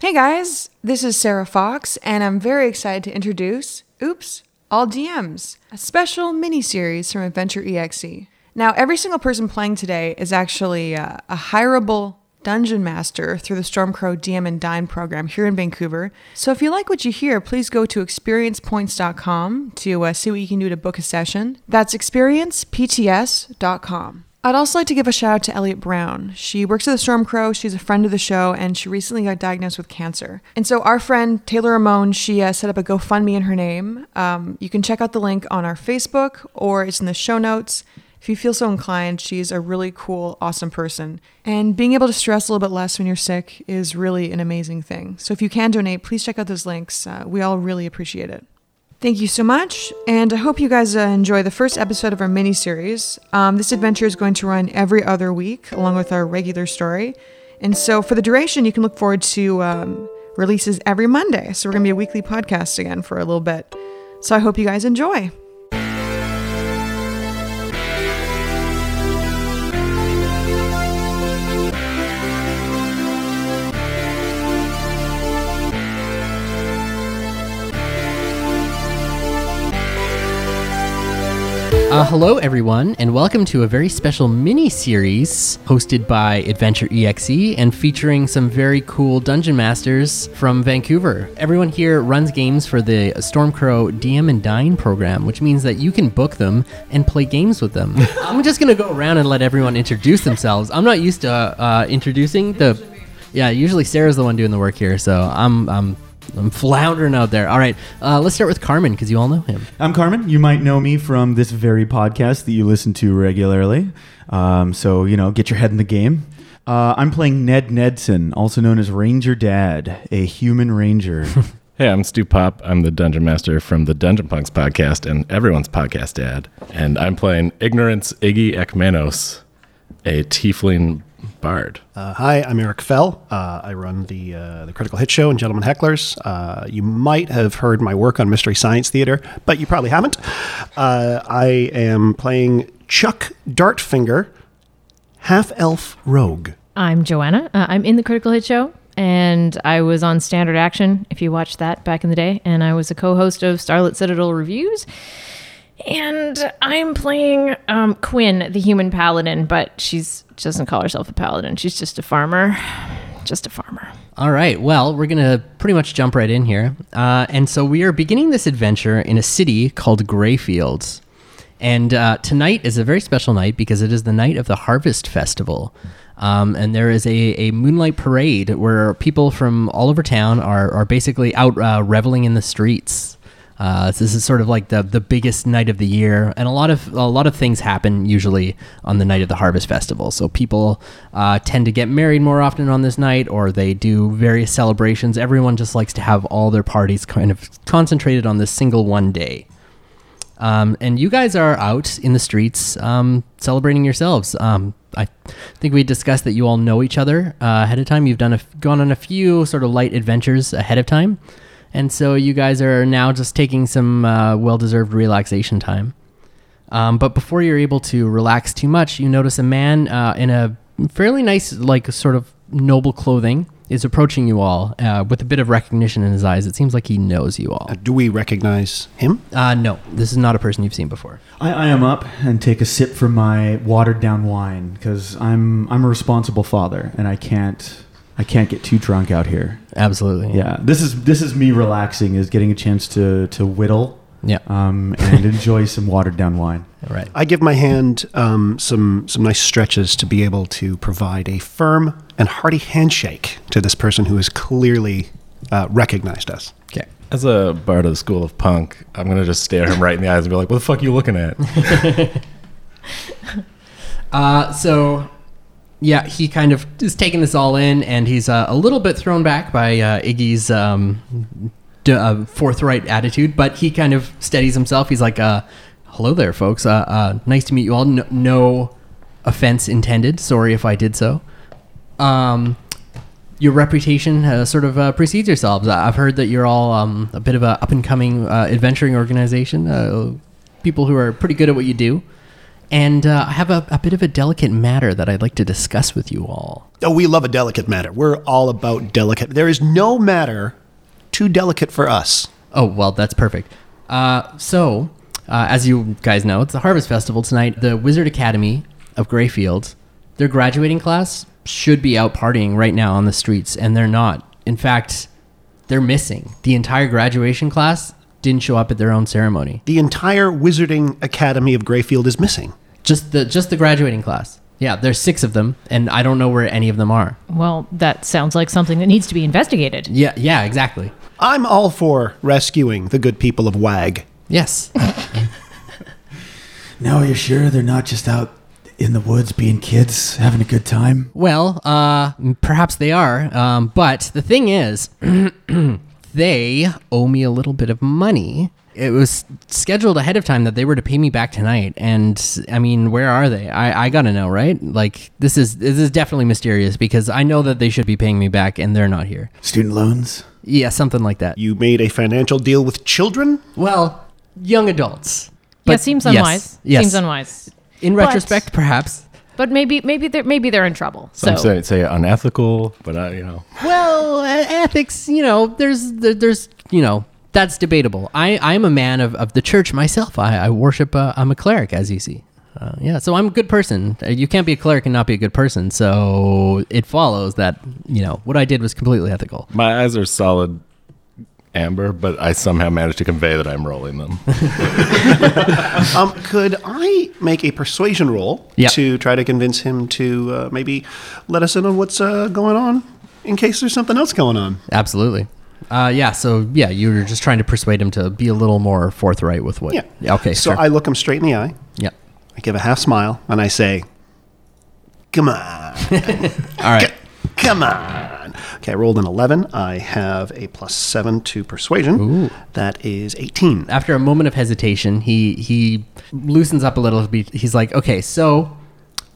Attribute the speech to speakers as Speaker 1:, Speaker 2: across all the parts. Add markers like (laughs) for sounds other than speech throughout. Speaker 1: Hey guys, this is Sarah Fox, and I'm very excited to introduce Oops, All DMs, a special mini series from Adventure EXE. Now, every single person playing today is actually uh, a hireable dungeon master through the Stormcrow DM and Dine program here in Vancouver. So if you like what you hear, please go to experiencepoints.com to uh, see what you can do to book a session. That's experiencepts.com. I'd also like to give a shout out to Elliot Brown. She works at the Stormcrow. She's a friend of the show, and she recently got diagnosed with cancer. And so our friend Taylor Ramon, she uh, set up a GoFundMe in her name. Um, you can check out the link on our Facebook, or it's in the show notes. If you feel so inclined, she's a really cool, awesome person. And being able to stress a little bit less when you're sick is really an amazing thing. So if you can donate, please check out those links. Uh, we all really appreciate it. Thank you so much, and I hope you guys uh, enjoy the first episode of our mini series. Um, this adventure is going to run every other week, along with our regular story. And so, for the duration, you can look forward to um, releases every Monday. So, we're going to be a weekly podcast again for a little bit. So, I hope you guys enjoy.
Speaker 2: Uh, hello, everyone, and welcome to a very special mini series hosted by Adventure EXE and featuring some very cool dungeon masters from Vancouver. Everyone here runs games for the Stormcrow DM and Dine program, which means that you can book them and play games with them. I'm just going to go around and let everyone introduce themselves. I'm not used to uh, uh, introducing the. Yeah, usually Sarah's the one doing the work here, so I'm. I'm I'm floundering out there. All right, uh, let's start with Carmen because you all know him.
Speaker 3: I'm Carmen. You might know me from this very podcast that you listen to regularly. Um, so, you know, get your head in the game. Uh, I'm playing Ned Nedson, also known as Ranger Dad, a human ranger.
Speaker 4: Hey, I'm Stu Pop. I'm the Dungeon Master from the Dungeon Punks podcast and everyone's podcast dad. And I'm playing Ignorance Iggy Ekmanos, a tiefling bard.
Speaker 5: Uh, hi, I'm Eric Fell. Uh, I run the uh, the Critical Hit Show and Gentlemen Hecklers. Uh, you might have heard my work on Mystery Science Theater, but you probably haven't. Uh, I am playing Chuck Dartfinger, half elf rogue.
Speaker 6: I'm Joanna. Uh, I'm in the Critical Hit Show, and I was on Standard Action, if you watched that back in the day, and I was a co host of Starlit Citadel Reviews. And I'm playing um, Quinn, the human paladin, but she's she doesn't call herself a paladin. She's just a farmer. (sighs) Just a farmer.
Speaker 2: All right. Well, we're going to pretty much jump right in here. Uh, and so we are beginning this adventure in a city called Greyfields. And uh, tonight is a very special night because it is the night of the Harvest Festival. Um, and there is a, a moonlight parade where people from all over town are, are basically out uh, reveling in the streets. Uh, so this is sort of like the the biggest night of the year, and a lot of a lot of things happen usually on the night of the harvest festival. So people uh, tend to get married more often on this night, or they do various celebrations. Everyone just likes to have all their parties kind of concentrated on this single one day. Um, and you guys are out in the streets um, celebrating yourselves. Um, I think we discussed that you all know each other uh, ahead of time. You've done a, gone on a few sort of light adventures ahead of time, and so you guys are now just taking some uh, well-deserved relaxation time. Um, but before you're able to relax too much, you notice a man uh, in a fairly nice, like, sort of noble clothing is approaching you all uh, with a bit of recognition in his eyes. It seems like he knows you all.
Speaker 5: Uh, Do we recognize him?
Speaker 2: Uh, no, this is not a person you've seen before.
Speaker 3: I, I am up and take a sip from my watered down wine because I'm I'm a responsible father and I can't I can't get too drunk out here.
Speaker 2: Absolutely.
Speaker 3: Yeah, this is this is me relaxing is getting a chance to to whittle
Speaker 2: Yeah.
Speaker 3: um, and enjoy some watered down wine.
Speaker 2: All right.
Speaker 5: I give my hand um, some some nice stretches to be able to provide a firm and hearty handshake to this person who has clearly uh, recognized us.
Speaker 2: Okay.
Speaker 4: As a bard of the school of punk, I'm going to just stare him right in the eyes and be like, what the fuck are you looking at?
Speaker 2: Uh, so, yeah, he kind of is taking this all in, and he's uh, a little bit thrown back by uh, Iggy's um, d- uh, forthright attitude, but he kind of steadies himself. He's like, uh, "Hello there, folks. Uh, uh, nice to meet you all. No, no offense intended. Sorry if I did so." Um, your reputation uh, sort of uh, precedes yourselves. I- I've heard that you're all um, a bit of a up and coming uh, adventuring organization, uh, people who are pretty good at what you do. And uh, I have a, a bit of a delicate matter that I'd like to discuss with you all.
Speaker 5: Oh, we love a delicate matter. We're all about delicate. There is no matter too delicate for us.
Speaker 2: Oh, well, that's perfect. Uh, so, uh, as you guys know, it's the Harvest Festival tonight. The Wizard Academy of Greyfield, their graduating class should be out partying right now on the streets, and they're not. In fact, they're missing. The entire graduation class didn't show up at their own ceremony.
Speaker 5: The entire Wizarding Academy of Greyfield is missing.
Speaker 2: Just the just the graduating class. Yeah, there's six of them, and I don't know where any of them are.
Speaker 6: Well, that sounds like something that needs to be investigated.
Speaker 2: Yeah, yeah, exactly.
Speaker 5: I'm all for rescuing the good people of WAG.
Speaker 2: Yes.
Speaker 3: Now you're sure they're not just out in the woods being kids, having a good time?
Speaker 2: Well, uh, perhaps they are. Um, but the thing is, (clears throat) they owe me a little bit of money. It was scheduled ahead of time that they were to pay me back tonight, and I mean, where are they? I, I gotta know, right? Like this is this is definitely mysterious because I know that they should be paying me back, and they're not here.
Speaker 3: Student loans?
Speaker 2: Yeah, something like that.
Speaker 5: You made a financial deal with children?
Speaker 2: (laughs) Well, young adults.
Speaker 6: yeah, seems unwise.
Speaker 2: Yes,
Speaker 6: Seems unwise.
Speaker 2: In
Speaker 6: But-
Speaker 2: retrospect, perhaps.
Speaker 6: But maybe maybe they're maybe they're in trouble.
Speaker 4: Some
Speaker 6: so
Speaker 4: say, say unethical, but I, you know,
Speaker 2: Well, uh, ethics, you know, there's there- there's you know that's debatable. I I'm a man of, of the church myself. I I worship. Uh, I'm a cleric, as you see. Uh, yeah, so I'm a good person. Uh, You can't be a cleric and not be a good person. So it follows that you know what I did was completely ethical.
Speaker 4: my eyes are solid amber, but I somehow managed to convey that I'm
Speaker 2: (laughs)
Speaker 4: rolling them.
Speaker 5: Um, could I make a persuasion roll
Speaker 2: Yeah.
Speaker 5: to try to convince him to uh, maybe let us in on what's uh, going on in case there's something else going on?
Speaker 2: Absolutely. Uh, yeah. So yeah, you were just trying to persuade him to be a little more forthright with what.
Speaker 5: Yeah.
Speaker 2: Okay.
Speaker 5: So
Speaker 2: sure.
Speaker 5: I look him straight in the eye.
Speaker 2: yeah.
Speaker 5: I give a half smile and I say, Come on.
Speaker 2: All right.
Speaker 5: Come on. Okay, I rolled an 11. I have a plus 7 to persuasion.
Speaker 2: Ooh.
Speaker 5: That is 18.
Speaker 2: after a moment of hesitation, he he loosens up a little. bit. He's like, "Okay, so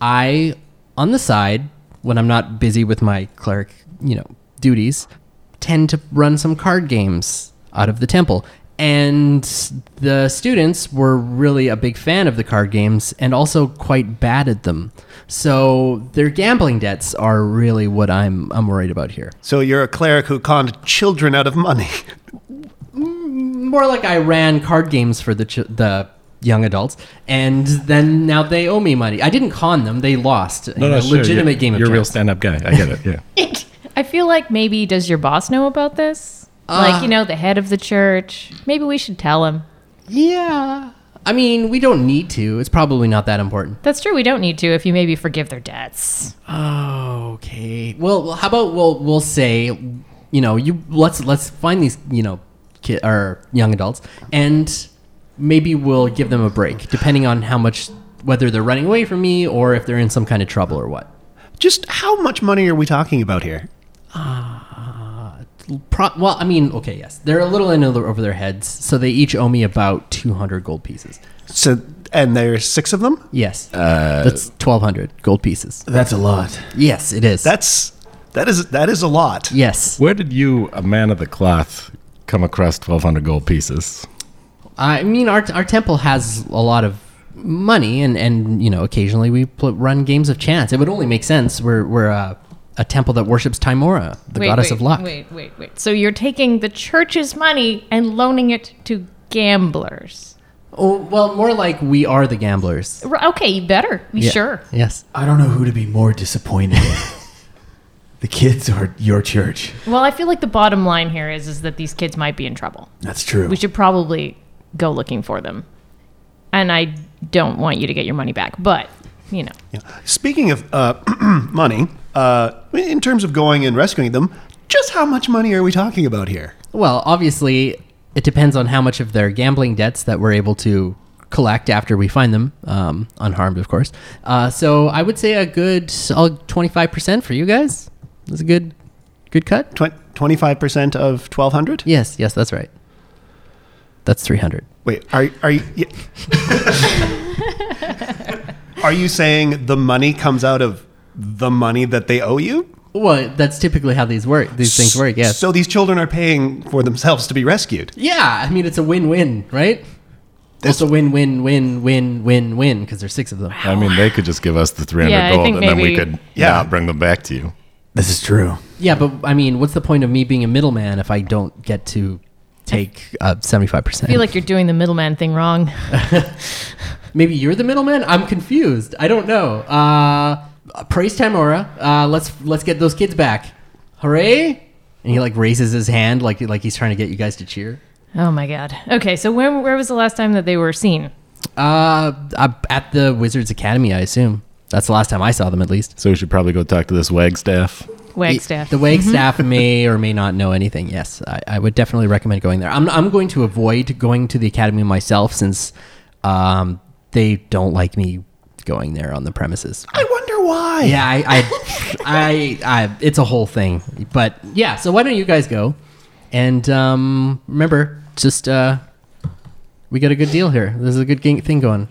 Speaker 2: I on the side when I'm not busy with my cleric, you know, duties, tend to run some card games out of the temple." And the students were really a big fan of the card games and also quite bad at them. So their gambling debts are really what I'm I'm worried about here.
Speaker 5: So you're a cleric who conned children out of money. (laughs)
Speaker 2: more like I ran card games for the ch- the young adults, and then now they owe me money. I didn't con them; they lost. You know, legitimate
Speaker 4: you're,
Speaker 2: game of
Speaker 4: You're a real
Speaker 2: chance.
Speaker 4: stand-up guy. I get it.
Speaker 2: (laughs)
Speaker 4: Yeah.
Speaker 6: I feel like maybe does your boss know about this? like you know the head of the church. Maybe we should tell him.
Speaker 2: Yeah, I mean, we don't need to. It's probably not that important.
Speaker 6: That's true. We don't need to if you maybe forgive their debts.
Speaker 2: Okay. Well, well, how about we'll we'll say, you know, you let's let's find these you know, ki or young adults, and maybe we'll give them a break, depending on how much whether they're running away from me or if they're in some kind of trouble or what.
Speaker 5: Just how much money are we talking about here?
Speaker 2: Pro- well, I mean, okay, yes, they're a little in over over their heads, so they each owe me about two hundred gold pieces.
Speaker 5: So, and there's six of them?
Speaker 2: Yes, that's twelve hundred gold pieces.
Speaker 3: That's a lot.
Speaker 2: Yes, it is.
Speaker 5: That's that is that is a lot.
Speaker 2: yes.
Speaker 4: Where did you, a man of the cloth, come across 1,200 gold pieces?
Speaker 2: I mean, our our temple has a lot of money, and and you know, occasionally we pl- run games of chance. It would only make sense. We're we're a, a temple that worships Timora, the goddess
Speaker 6: wait,
Speaker 2: of luck.
Speaker 6: Wait, wait, wait. So you're taking the church's money and loaning it to gamblers.
Speaker 2: Oh, well, more like we are the gamblers.
Speaker 6: R- Okay, you better. You
Speaker 2: Yeah.
Speaker 6: sure?
Speaker 2: Yes.
Speaker 3: I don't know who to be more disappointed (laughs) in. the kids or your church.
Speaker 6: Well, I feel like the bottom line here is is that these kids might be in trouble.
Speaker 3: That's true.
Speaker 6: We should probably go looking for them. And I don't want you to get your money back, but you know,
Speaker 5: Yeah. Speaking of uh, (clears throat) money, uh, in terms of going and rescuing them, just how much money are we talking about here?
Speaker 2: Well, obviously, it depends on how much of their gambling debts that we're able to collect after we find them, um, unharmed, of course. Uh, so I would say a good twenty-five percent for you guys. That's a good, good cut.
Speaker 5: Twen- 25% of 1200?
Speaker 2: Yes, yes, that's right. That's three hundred.
Speaker 5: Wait, are are you y-
Speaker 2: (laughs)
Speaker 5: Are you saying the money comes out of the money that they owe you?
Speaker 2: Well, that's typically how these work. These things work. Yes.
Speaker 5: So these children are paying for themselves to be rescued.
Speaker 2: yeah, I mean it's a win-win, right? It's a win, win, win, win, win, win because there's six of them.
Speaker 4: I mean, they could just give us the 300
Speaker 6: Yeah, I
Speaker 4: gold
Speaker 6: think
Speaker 4: and then we
Speaker 6: maybe-
Speaker 4: could
Speaker 5: Yeah.
Speaker 4: not bring them back to you.
Speaker 3: This is true.
Speaker 2: Yeah, but I mean, what's the point of me being a middleman if I don't get to take uh, seventy-five percent?
Speaker 6: I feel like you're doing the middleman thing wrong. (laughs)
Speaker 2: maybe you're the middleman. I'm confused. I don't know. Uh, praise Tamora. Uh, let's let's get those kids back. Hooray! And he like raises his hand like like he's trying to get you guys to cheer.
Speaker 6: Oh my god. Okay, so when where was the last time that they were seen?
Speaker 2: Uh, I, at the Wizards Academy, I assume. That's the last time I saw them, at least.
Speaker 4: So we should probably go talk to this Wagstaff.
Speaker 6: Wagstaff.
Speaker 2: The Wagstaff may or may not know anything. Yes, I, I would definitely recommend going there. I'm, I'm going to avoid going to the academy myself since um, they don't like me going there on the premises.
Speaker 5: I wonder why.
Speaker 2: Yeah, I, I,
Speaker 5: (laughs)
Speaker 2: I, I, it's a whole thing. But yeah, so why don't you guys go? And um, remember, just uh, we got a good deal here. This is a good g- thing going.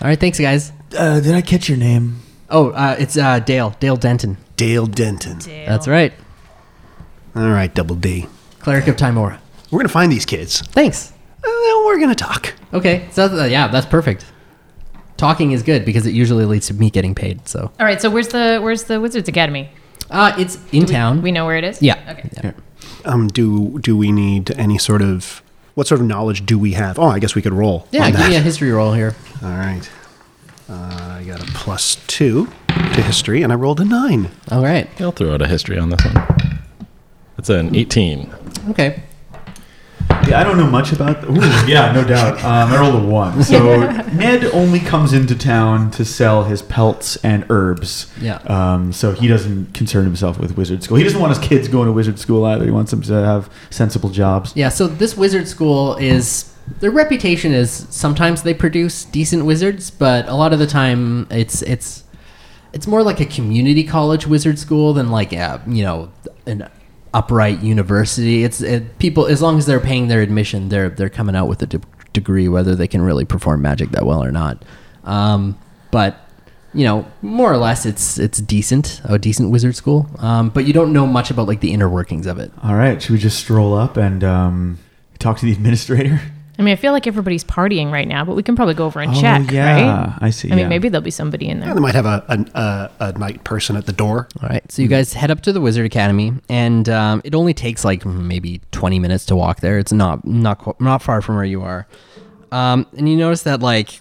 Speaker 2: All right, thanks, guys.
Speaker 3: Uh, did I catch your name?
Speaker 2: Oh, uh, it's uh, Dale, Dale Denton.
Speaker 5: Dale Denton.
Speaker 2: That's right,
Speaker 5: All right, Double D.
Speaker 2: cleric of Timora.
Speaker 5: We're going to find these kids.
Speaker 2: Thanks.
Speaker 5: And then we're going to talk.
Speaker 2: Okay, so uh, yeah, that's perfect. Talking is good because it usually leads to me getting paid. So
Speaker 6: All right, so where's the where's the Wizards Academy?
Speaker 2: uh, it's in town.
Speaker 6: We know where it is.
Speaker 2: yeah.
Speaker 6: Okay.
Speaker 2: yeah.
Speaker 5: Um, do do we need any sort of what sort of knowledge do we have? Oh, I guess we could roll.
Speaker 2: Yeah,
Speaker 5: on
Speaker 2: give
Speaker 5: that.
Speaker 2: me a history roll here.
Speaker 5: All right. Uh, I got a plus two to history, and I rolled a nine.
Speaker 2: All right.
Speaker 4: I'll throw out a history on this one. It's an 18.
Speaker 2: Okay.
Speaker 3: Yeah, I don't know much about. The, ooh, yeah, no doubt. Um, I rolled a one. So Ned only comes into town to sell his pelts and herbs.
Speaker 2: Yeah.
Speaker 3: Um, so he doesn't concern himself with wizard school. He doesn't want his kids going to wizard school either. He wants them to have sensible jobs.
Speaker 2: Yeah, so this wizard school is their reputation is sometimes they produce decent wizards, but a lot of the time it's it's it's more like a community college wizard school than like a, you know an upright university. It's it, people as long as they're paying their admission, they're they're coming out with a de- degree whether they can really perform magic that well or not. Um, but you know, more or less, it's it's decent, a decent wizard school. Um, but you don't know much about like the inner workings of it.
Speaker 3: All right, should we just stroll up and um, talk to the (laughs) administrator?
Speaker 6: I mean, I feel like everybody's partying right now, but we can probably go over and
Speaker 2: Oh,
Speaker 6: check,
Speaker 3: yeah,
Speaker 6: right?
Speaker 3: I see.
Speaker 6: Oh, I mean,
Speaker 3: yeah.
Speaker 6: maybe there'll be somebody in there.
Speaker 5: And they might have a a, a a night person at the door.
Speaker 2: All right. So you guys head up to the Wizard Academy, and um, it only takes like maybe 20 minutes to walk there. It's not not qu- not far from where you are, um, and you notice that like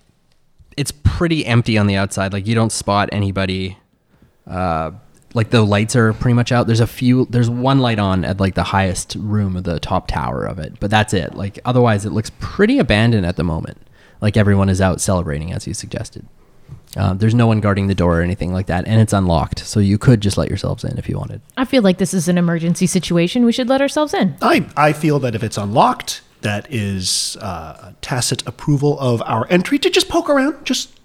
Speaker 2: it's pretty empty on the outside. Like you don't spot anybody. Uh, like the lights are pretty much out. There's a few. There's one light on at like the highest room of the top tower of it, but that's it. Like otherwise, it looks pretty abandoned at the moment. Like everyone is out celebrating, as you suggested. Uh, there's no one guarding the door or anything like that, and it's unlocked, so you could just let yourselves in if you wanted.
Speaker 6: I feel like this is an emergency situation. We should let ourselves in.
Speaker 5: I I feel that if it's unlocked, that is uh, tacit approval of our entry to just poke around. Just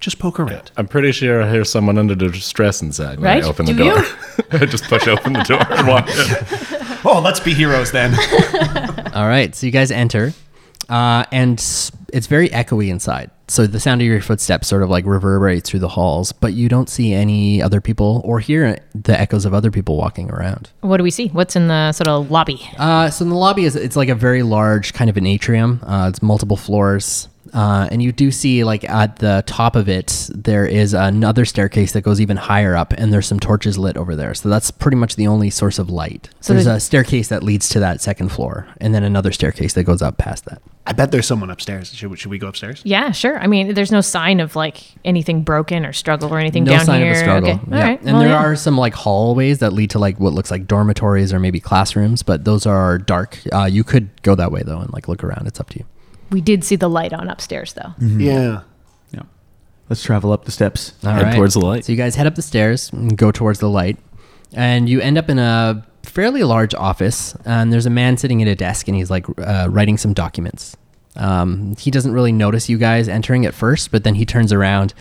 Speaker 5: just poke around.
Speaker 4: I'm pretty sure I hear someone under distress inside when
Speaker 6: Right?
Speaker 4: I open
Speaker 6: Do
Speaker 4: the door. (laughs) I just push open the door and walk in.
Speaker 5: Oh, let's be heroes then.
Speaker 2: All right, so you guys enter, uh, and s- it's very echoey inside. So the sound of your footsteps sort of like reverberates through the halls, but you don't see any other people or hear the echoes of other people walking around.
Speaker 6: What do we see? What's in the sort of lobby?
Speaker 2: Uh, so in the lobby is it's like a very large kind of an atrium. Uh, it's multiple floors, uh, and you do see like at the top of it there is another staircase that goes even higher up, and there's some torches lit over there. So that's pretty much the only source of light. So
Speaker 6: So
Speaker 2: there's
Speaker 6: there's-
Speaker 2: a staircase that leads to that second floor, and then another staircase that goes up past that.
Speaker 5: I bet there's someone upstairs. Should we, should we go upstairs?
Speaker 6: Yeah, sure. I mean, there's no sign of like anything broken or struggle or anything down here. Okay. All
Speaker 2: Yeah.
Speaker 6: right.
Speaker 2: And
Speaker 6: Well,
Speaker 2: there
Speaker 6: yeah.
Speaker 2: are some like hallways that lead to like what looks like dormitories or maybe classrooms, but those are dark. Uh, you could go that way though and like look around. It's up to you.
Speaker 6: We did see the light on upstairs, though.
Speaker 2: Mm-hmm.
Speaker 5: Yeah.
Speaker 3: Yeah. Let's travel up the steps.
Speaker 2: All
Speaker 4: Head towards the light.
Speaker 2: So you guys head up the stairs and go towards the light, and you end up in a fairly large office. And there's a man sitting at a desk, and he's like uh, writing some documents. Um, he doesn't really notice you guys entering at first, but then he turns around.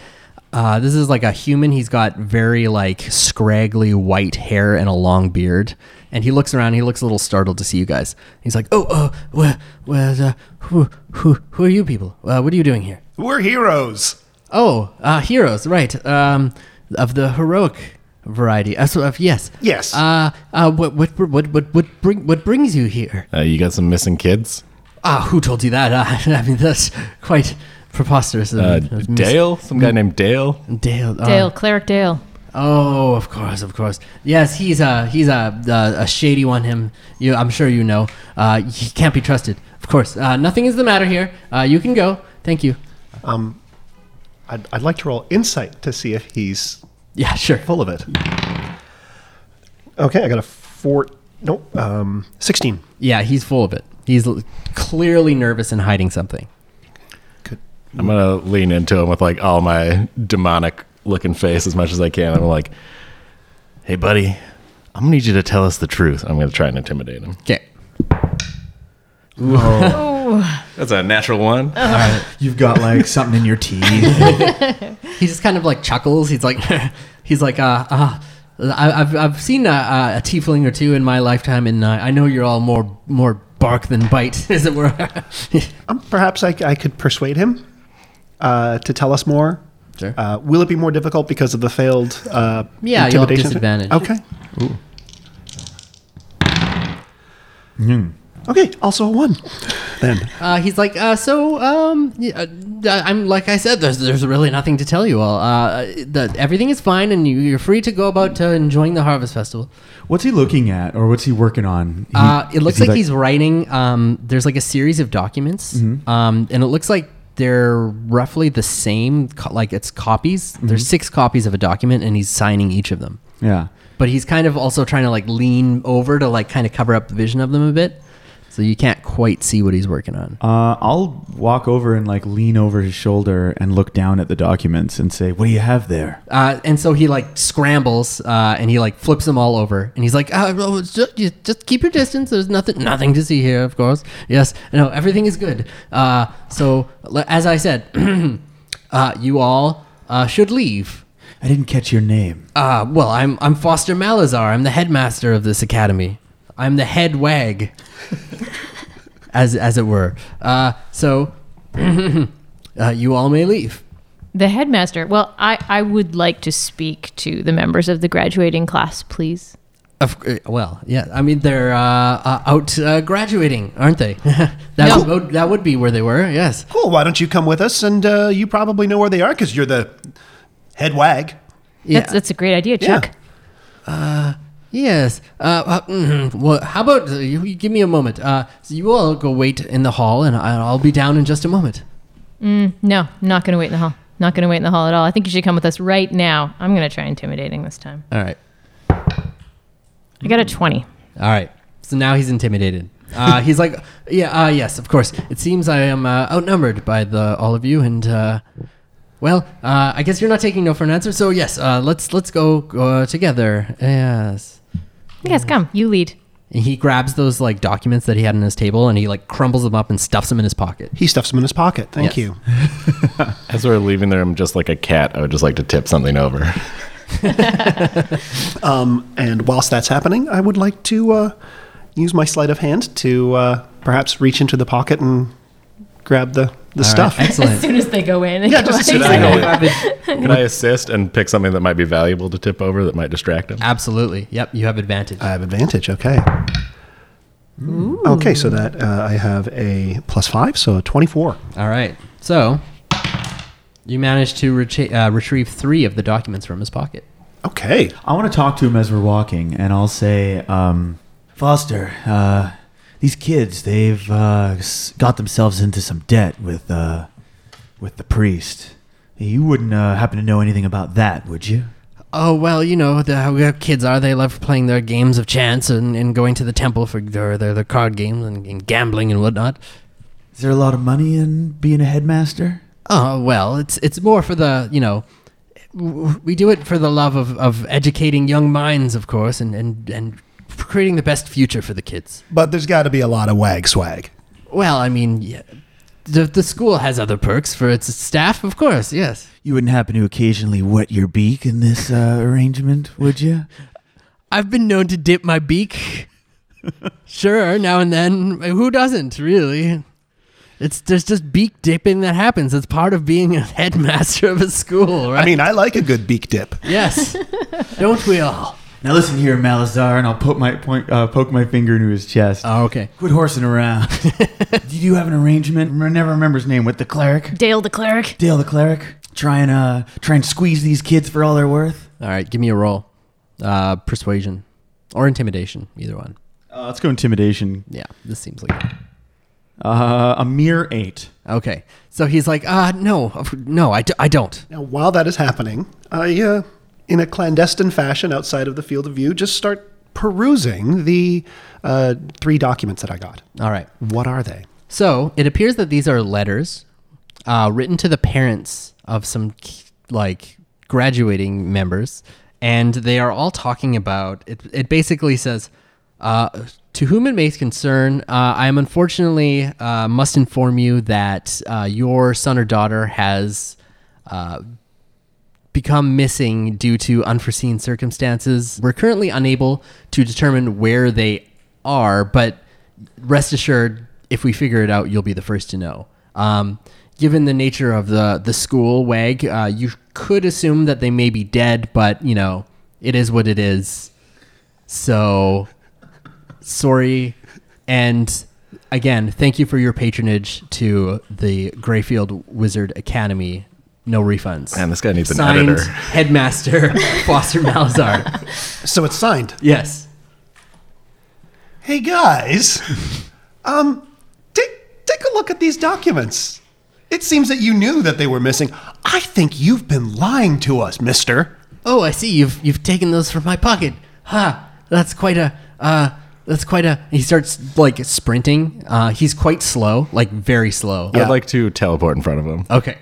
Speaker 2: Uh, this is like a human. He's got very like scraggly white hair and a long beard, and he looks around. He looks a little startled to see you guys. He's like, "Oh, uh, where, where's, uh, who, who, who are you people? Uh, what are you doing here?"
Speaker 5: We're heroes.
Speaker 2: Oh, uh, heroes, right? Um, of the heroic variety. Uh, so, uh, yes.
Speaker 5: Yes.
Speaker 2: Uh, uh, what, what, what, what, what, bring, what brings you here?
Speaker 4: Uh, you got some missing kids?
Speaker 2: Ah, who told you that? (laughs) Uh, I mean, that's quite preposterous. of-
Speaker 4: Uh,
Speaker 2: of Miss-
Speaker 4: Dale, some guy named Dale.
Speaker 2: Dale. uh,
Speaker 6: Dale, Cleric Dale.
Speaker 2: Oh, of course, of course. Yes, he's a he's a uh, a, a shady one. Him, you, I'm sure you know. Uh, he can't be trusted. Of course, uh, nothing is the matter here. Uh, you can go. Thank you. (laughs)
Speaker 5: I'd, I'd like to roll insight to see if he's
Speaker 2: Yeah, sure.
Speaker 5: full of it. Okay, I got a four. Nope, um, sixteen.
Speaker 2: Yeah, he's full of it. He's l- clearly nervous and hiding something.
Speaker 4: I'm gonna lean into him with like all my demonic looking face as much as I can. I'm like, hey buddy, I'm gonna need you to tell us the truth. I'm gonna try and intimidate him.
Speaker 2: Okay. (laughs)
Speaker 3: (laughs)
Speaker 4: That's a natural one.
Speaker 3: You've got like something in your teeth.
Speaker 2: (laughs) He just kind of like chuckles. He's like, (laughs) he's like, uh, uh I, I've I've seen a, a, a tiefling or two in my lifetime, and uh, I know you're all more more bark than bite, (laughs) as it were.
Speaker 5: Um, perhaps I, c- I could persuade him uh, to tell us more.
Speaker 2: Sure.
Speaker 5: Uh, will it be more difficult because of the failed? Uh,
Speaker 2: Yeah, you'll have
Speaker 5: intimidation?
Speaker 2: disadvantage.
Speaker 5: Okay.
Speaker 2: Hmm.
Speaker 5: Hmm. Okay. Also a one. Then
Speaker 2: Uh, he's like, uh, so, um, y- uh, I'm like I said, there's there's really nothing to tell you all. Uh, the, everything is fine, and you, you're free to go about uh, enjoying the harvest festival.
Speaker 3: What's he looking at, or what's he working on? He-
Speaker 2: Uh, it
Speaker 3: is
Speaker 2: looks
Speaker 3: he,
Speaker 2: like, he's writing. Um, there's like a series of documents,
Speaker 3: Mm-hmm.
Speaker 2: um, and it looks like they're roughly the same. Co- like it's copies.
Speaker 3: Mm-hmm.
Speaker 2: There's six copies of a document, and he's signing each of them.
Speaker 3: yeah.
Speaker 2: But he's kind of also trying to like lean over to like kind of cover up the vision of them a bit, so you can't quite see what he's working on.
Speaker 3: Uh, I'll walk over and like lean over his shoulder and look down at the documents and say, "What do you have there?"
Speaker 2: Uh, and so he like scrambles uh, and he like flips them all over and he's like, uh, well, it's ju- you just keep your distance. There's nothing, nothing to see here, of course. Yes, no, everything is good. Uh, so l- as I said, (clears throat) uh, you all uh, should leave.
Speaker 3: I didn't catch your name.
Speaker 2: Uh, well, I'm I'm Foster Malazar. I'm the headmaster of this academy. I'm the head wag, (laughs) as as it were. Uh, so (clears throat) uh, you all may leave.
Speaker 6: The headmaster. Well, I, I would like to speak to the members of the graduating class, please.
Speaker 2: Of, uh, well, yeah. I mean, they're uh, uh, out uh, graduating, aren't (laughs) they? that
Speaker 5: No.
Speaker 2: would, that would be where they were. Yes.
Speaker 5: cool. Why don't you come with us? And uh, you probably know where they are because you're the head wag.
Speaker 2: Yeah.
Speaker 6: That's, that's a great idea,
Speaker 5: Yeah.
Speaker 6: Chuck.
Speaker 2: yes. Uh, uh, mhm. Well, how about uh, you, you give me a moment? Uh, so you all go wait in the hall, and I, I'll be down in just a moment.
Speaker 6: No, not going to wait in the hall. Not going to wait in the hall at all. I think you should come with us right now. I'm going to try intimidating this time.
Speaker 2: All right.
Speaker 6: I got a 20.
Speaker 2: All right. So now he's intimidated. Uh, he's like, yeah, uh, yes, of course. It seems I am uh, outnumbered by the all of you, and uh, well, uh, I guess you're not taking no for an answer. So yes, uh, let's let's go uh, together. Yes.
Speaker 6: Yes, come. You lead.
Speaker 2: And he grabs those like documents that he had on his table and he like crumbles them up and stuffs them in his pocket.
Speaker 5: He stuffs them in his pocket. Thank
Speaker 2: Yes.
Speaker 5: you.
Speaker 4: As we're leaving there, I'm just like a cat. I would just like to tip something (laughs) over.
Speaker 5: And whilst that's happening, I would like to uh, use my sleight of hand to uh, perhaps reach into the pocket and grab the, the
Speaker 2: All
Speaker 5: stuff.
Speaker 2: right, (laughs)
Speaker 6: (laughs)
Speaker 2: excellent.
Speaker 6: soon as they go in.
Speaker 5: Yeah, just as (laughs) soon as
Speaker 4: I
Speaker 5: they go
Speaker 4: go
Speaker 5: in.
Speaker 4: Can I assist and pick something that might be valuable to tip over that might distract him?
Speaker 2: Absolutely. Yep, you have advantage.
Speaker 5: I have advantage. Okay. Okay, so that uh, I have a plus five, so a twenty-four.
Speaker 2: All right. So you manage to reche- uh, retrieve three of the documents from his pocket.
Speaker 5: Okay.
Speaker 3: I want to talk to him as we're walking, and I'll say, um, Foster, uh, these kids, they've uh, s- got themselves into some debt with, uh, with the priest. You wouldn't uh, happen to know anything about that, would you?
Speaker 2: Oh, well, you know the, how our kids are. They love playing their games of chance and, and going to the temple for their, their, their card games and, and gambling and whatnot.
Speaker 3: Is there a lot of money in being a headmaster?
Speaker 2: Oh well, it's it's more for the you know, w- we do it for the love of, of educating young minds, of course, and and and creating the best future for the kids.
Speaker 5: But there's got to be a lot of wag swag.
Speaker 2: Well, I mean, yeah, the the school has other perks for its staff, of course. Yes.
Speaker 3: You wouldn't happen to occasionally wet your beak in this uh, arrangement, would you?
Speaker 2: I've been known to dip my beak. (laughs) sure, now and then. Who doesn't, really? It's there's just beak dipping that happens. It's part of being a (laughs) headmaster of a school, right?
Speaker 5: I mean, I like a good beak dip.
Speaker 2: yes. Don't we all?
Speaker 3: Now listen here, Malazar, and I'll put my point, uh, poke my finger into his chest.
Speaker 2: Oh, okay.
Speaker 3: Quit horsing around. (laughs) Did you have an arrangement? I never remember his name with the cleric,
Speaker 6: Dale the cleric.
Speaker 3: Dale the cleric. Try and uh, try and squeeze these kids for all they're worth.
Speaker 2: All right, give me a roll. Uh, persuasion or intimidation, either one.
Speaker 3: Uh, let's go intimidation.
Speaker 2: Yeah, this seems like it.
Speaker 3: Uh, a mere eight.
Speaker 2: Okay. So he's like, uh, no, of- no, I, d- I don't.
Speaker 5: Now, while that is happening, I, uh, in a clandestine fashion outside of the field of view, just start perusing the uh, three documents that I got.
Speaker 2: All right.
Speaker 5: What are they?
Speaker 2: So it appears that these are letters uh, written to the parents of some k- like graduating members, and they are all talking about it. It basically says, uh, "To whom it may concern, uh, I am unfortunately uh, must inform you that uh, your son or daughter has." Uh, become missing due to unforeseen circumstances. We're currently unable to determine where they are, but rest assured, if we figure it out, you'll be the first to know. Um, given the nature of the the school wag, uh, you could assume that they may be dead, but you know it is what it is. So sorry, and. Again, thank you for your patronage to the Grayfield Wizard Academy. No refunds.
Speaker 4: Man, this guy needs an
Speaker 2: Signed,
Speaker 4: editor.
Speaker 2: Headmaster (laughs) Foster Malzar.
Speaker 5: So it's signed.
Speaker 2: Yes.
Speaker 5: Hey guys, um, take take a look at these documents. It seems that you knew that they were missing. I think you've been lying to us, Mister.
Speaker 2: Oh, I see. You've you've taken those from my pocket. Ha! That's quite a. Uh, that's quite a. He starts like sprinting. Uh, he's quite slow, like very slow.
Speaker 5: Yeah.
Speaker 4: I'd like to teleport in front of him.
Speaker 2: Okay.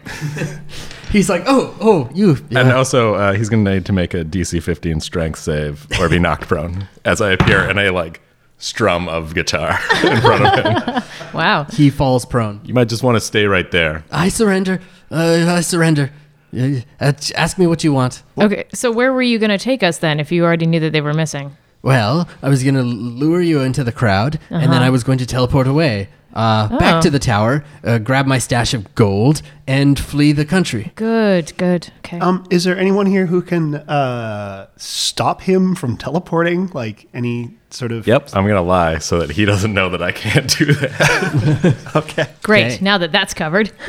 Speaker 2: (laughs) he's like, oh, oh, you.
Speaker 4: And also, uh, he's going to need to make a DC 15 strength save or be knocked (laughs) prone as I appear in a like strum of guitar (laughs) in front of him.
Speaker 6: Wow.
Speaker 2: he falls prone.
Speaker 4: You might just want to stay right there.
Speaker 2: I surrender. Uh, I surrender. Uh, uh, ask me what you want.
Speaker 6: Okay, so where were you going to take us then if you already knew that they were missing?
Speaker 2: Well, I was going to lure you into the crowd, and then I was going to teleport away. Uh, Back
Speaker 6: Oh.
Speaker 2: to the tower, uh, grab my stash of gold, and flee the country.
Speaker 6: Good, good. Okay.
Speaker 5: Um, is there anyone here who can uh, stop him from teleporting? Like any sort of
Speaker 4: Yep. I'm going to lie so that he doesn't know that I can't do that.
Speaker 5: Okay.
Speaker 6: Great.
Speaker 2: okay.
Speaker 6: Now that that's covered,
Speaker 5: (laughs)
Speaker 6: (laughs)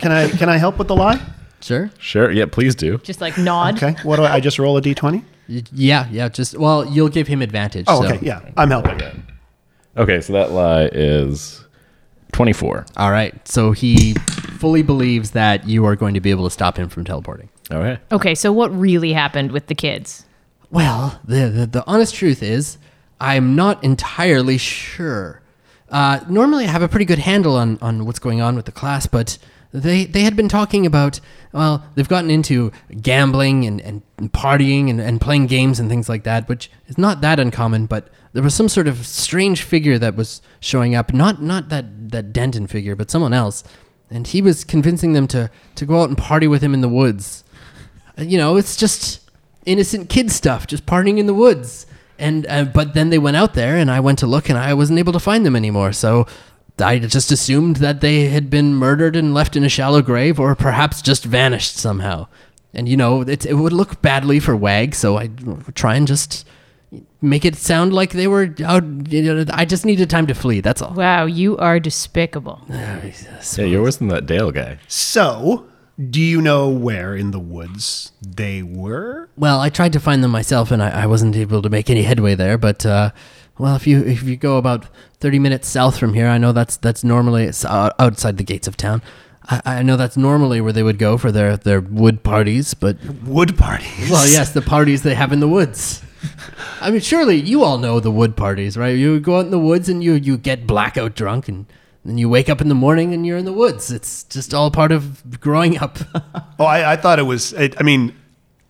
Speaker 5: Can I can I help with the lie?
Speaker 2: Sure.
Speaker 4: (laughs) Sure. Yeah, please do.
Speaker 6: just like nod.
Speaker 5: Okay. What do I, I just roll a d twenty?
Speaker 2: Y- Yeah, yeah. Just well, you'll give him advantage.
Speaker 5: Oh,
Speaker 2: so.
Speaker 5: okay. Yeah, I'm helping.
Speaker 4: Okay, so that lie is 24.
Speaker 2: All right. So he fully believes that you are going to be able to stop him from teleporting.
Speaker 4: Okay.
Speaker 6: Okay, so what really happened with the kids?
Speaker 2: Well, the, the, the honest truth is, I'm not entirely sure. Uh, normally, I have a pretty good handle on, on what's going on with the class, but they, they had been talking about, well, they've gotten into gambling and, and, and partying and, and playing games and things like that, which is not that uncommon, but there was some sort of strange figure that was showing up. Not, not that, that Denton figure, but someone else. And he was convincing them to, to go out and party with him in the woods you know, it's just innocent kid stuff, just partying in the woods. And uh, but then they went out there, and I went to look, and I wasn't able to find them anymore. So I just assumed that they had been murdered and left in a shallow grave, or perhaps just vanished somehow. And you know, it, it would look badly for Wag, so I try and just make it sound like they were out. You know, I just needed time to flee. That's all.
Speaker 6: Wow, you are despicable.
Speaker 4: Yeah, you're worse than that Dale guy.
Speaker 5: So, do you know where in the woods they were?
Speaker 2: Well, I tried to find them myself, and I, I wasn't able to make any headway there. But uh, well, if you if you go about thirty minutes south from here, I know that's that's normally it's uh, outside the gates of town. I, I know that's normally where they would go for their their wood parties. But
Speaker 5: Wood parties.
Speaker 2: well, yes, the parties they have in the woods. I mean, surely you all know the wood parties, right? You go out in the woods and you you get blackout drunk, and then you wake up in the morning and you're in the woods. It's just all part of growing up.
Speaker 5: Oh, I, I thought it was. It, I mean,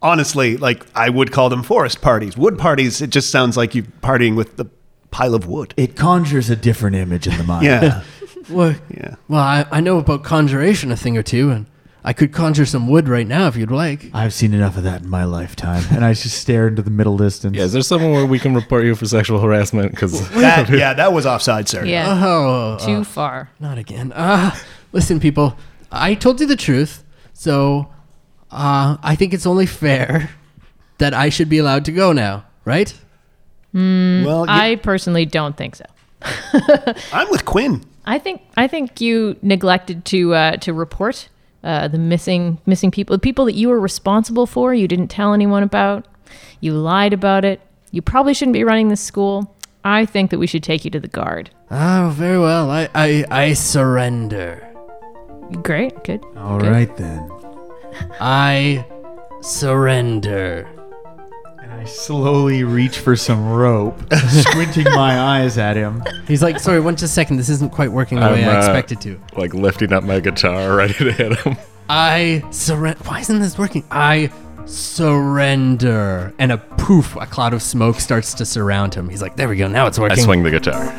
Speaker 5: honestly, like I would call them forest parties. Wood parties. It just sounds like you partying with the pile of wood.
Speaker 3: It conjures a different image in the mind.
Speaker 5: (laughs) Yeah.
Speaker 2: well,
Speaker 5: Yeah.
Speaker 2: Well, I, I know about conjuration a thing or two, and I could conjure some wood right now if you'd like.
Speaker 3: I've seen enough of that in my lifetime, and I just stare into the middle distance.
Speaker 4: Yeah, is there someone where we can report you for sexual harassment? Because
Speaker 5: that, yeah, that was offside, sir.
Speaker 6: Yeah,
Speaker 2: Oh, uh,
Speaker 6: too far.
Speaker 2: not again. Uh, listen, people, I told you the truth, so uh, I think it's only fair that I should be allowed to go now, right?
Speaker 5: well,
Speaker 6: I personally don't think so.
Speaker 5: am with Quinn.
Speaker 6: I think I think you neglected to uh, to report uh, the missing missing people, the people that you were responsible for. You didn't tell anyone about. You lied about it. You probably shouldn't be running this school. I think that we should take you to the guard.
Speaker 2: Oh, very well. I, I, I surrender.
Speaker 6: Great, good.
Speaker 3: All right
Speaker 6: good.
Speaker 3: then.
Speaker 2: I surrender.
Speaker 3: And I slowly reach for some rope, squinting my eyes at him.
Speaker 2: He's like, sorry, one just a second. This isn't quite working the way
Speaker 4: I'm,
Speaker 2: I
Speaker 4: uh,
Speaker 2: expected to.
Speaker 4: (laughs) Like lifting up my guitar, ready to hit him.
Speaker 2: I surrender. Why isn't this working? I surrender. And a poof, a cloud of smoke starts to surround him. He's like, there we go. Now it's
Speaker 4: I
Speaker 2: working.
Speaker 4: swing the guitar.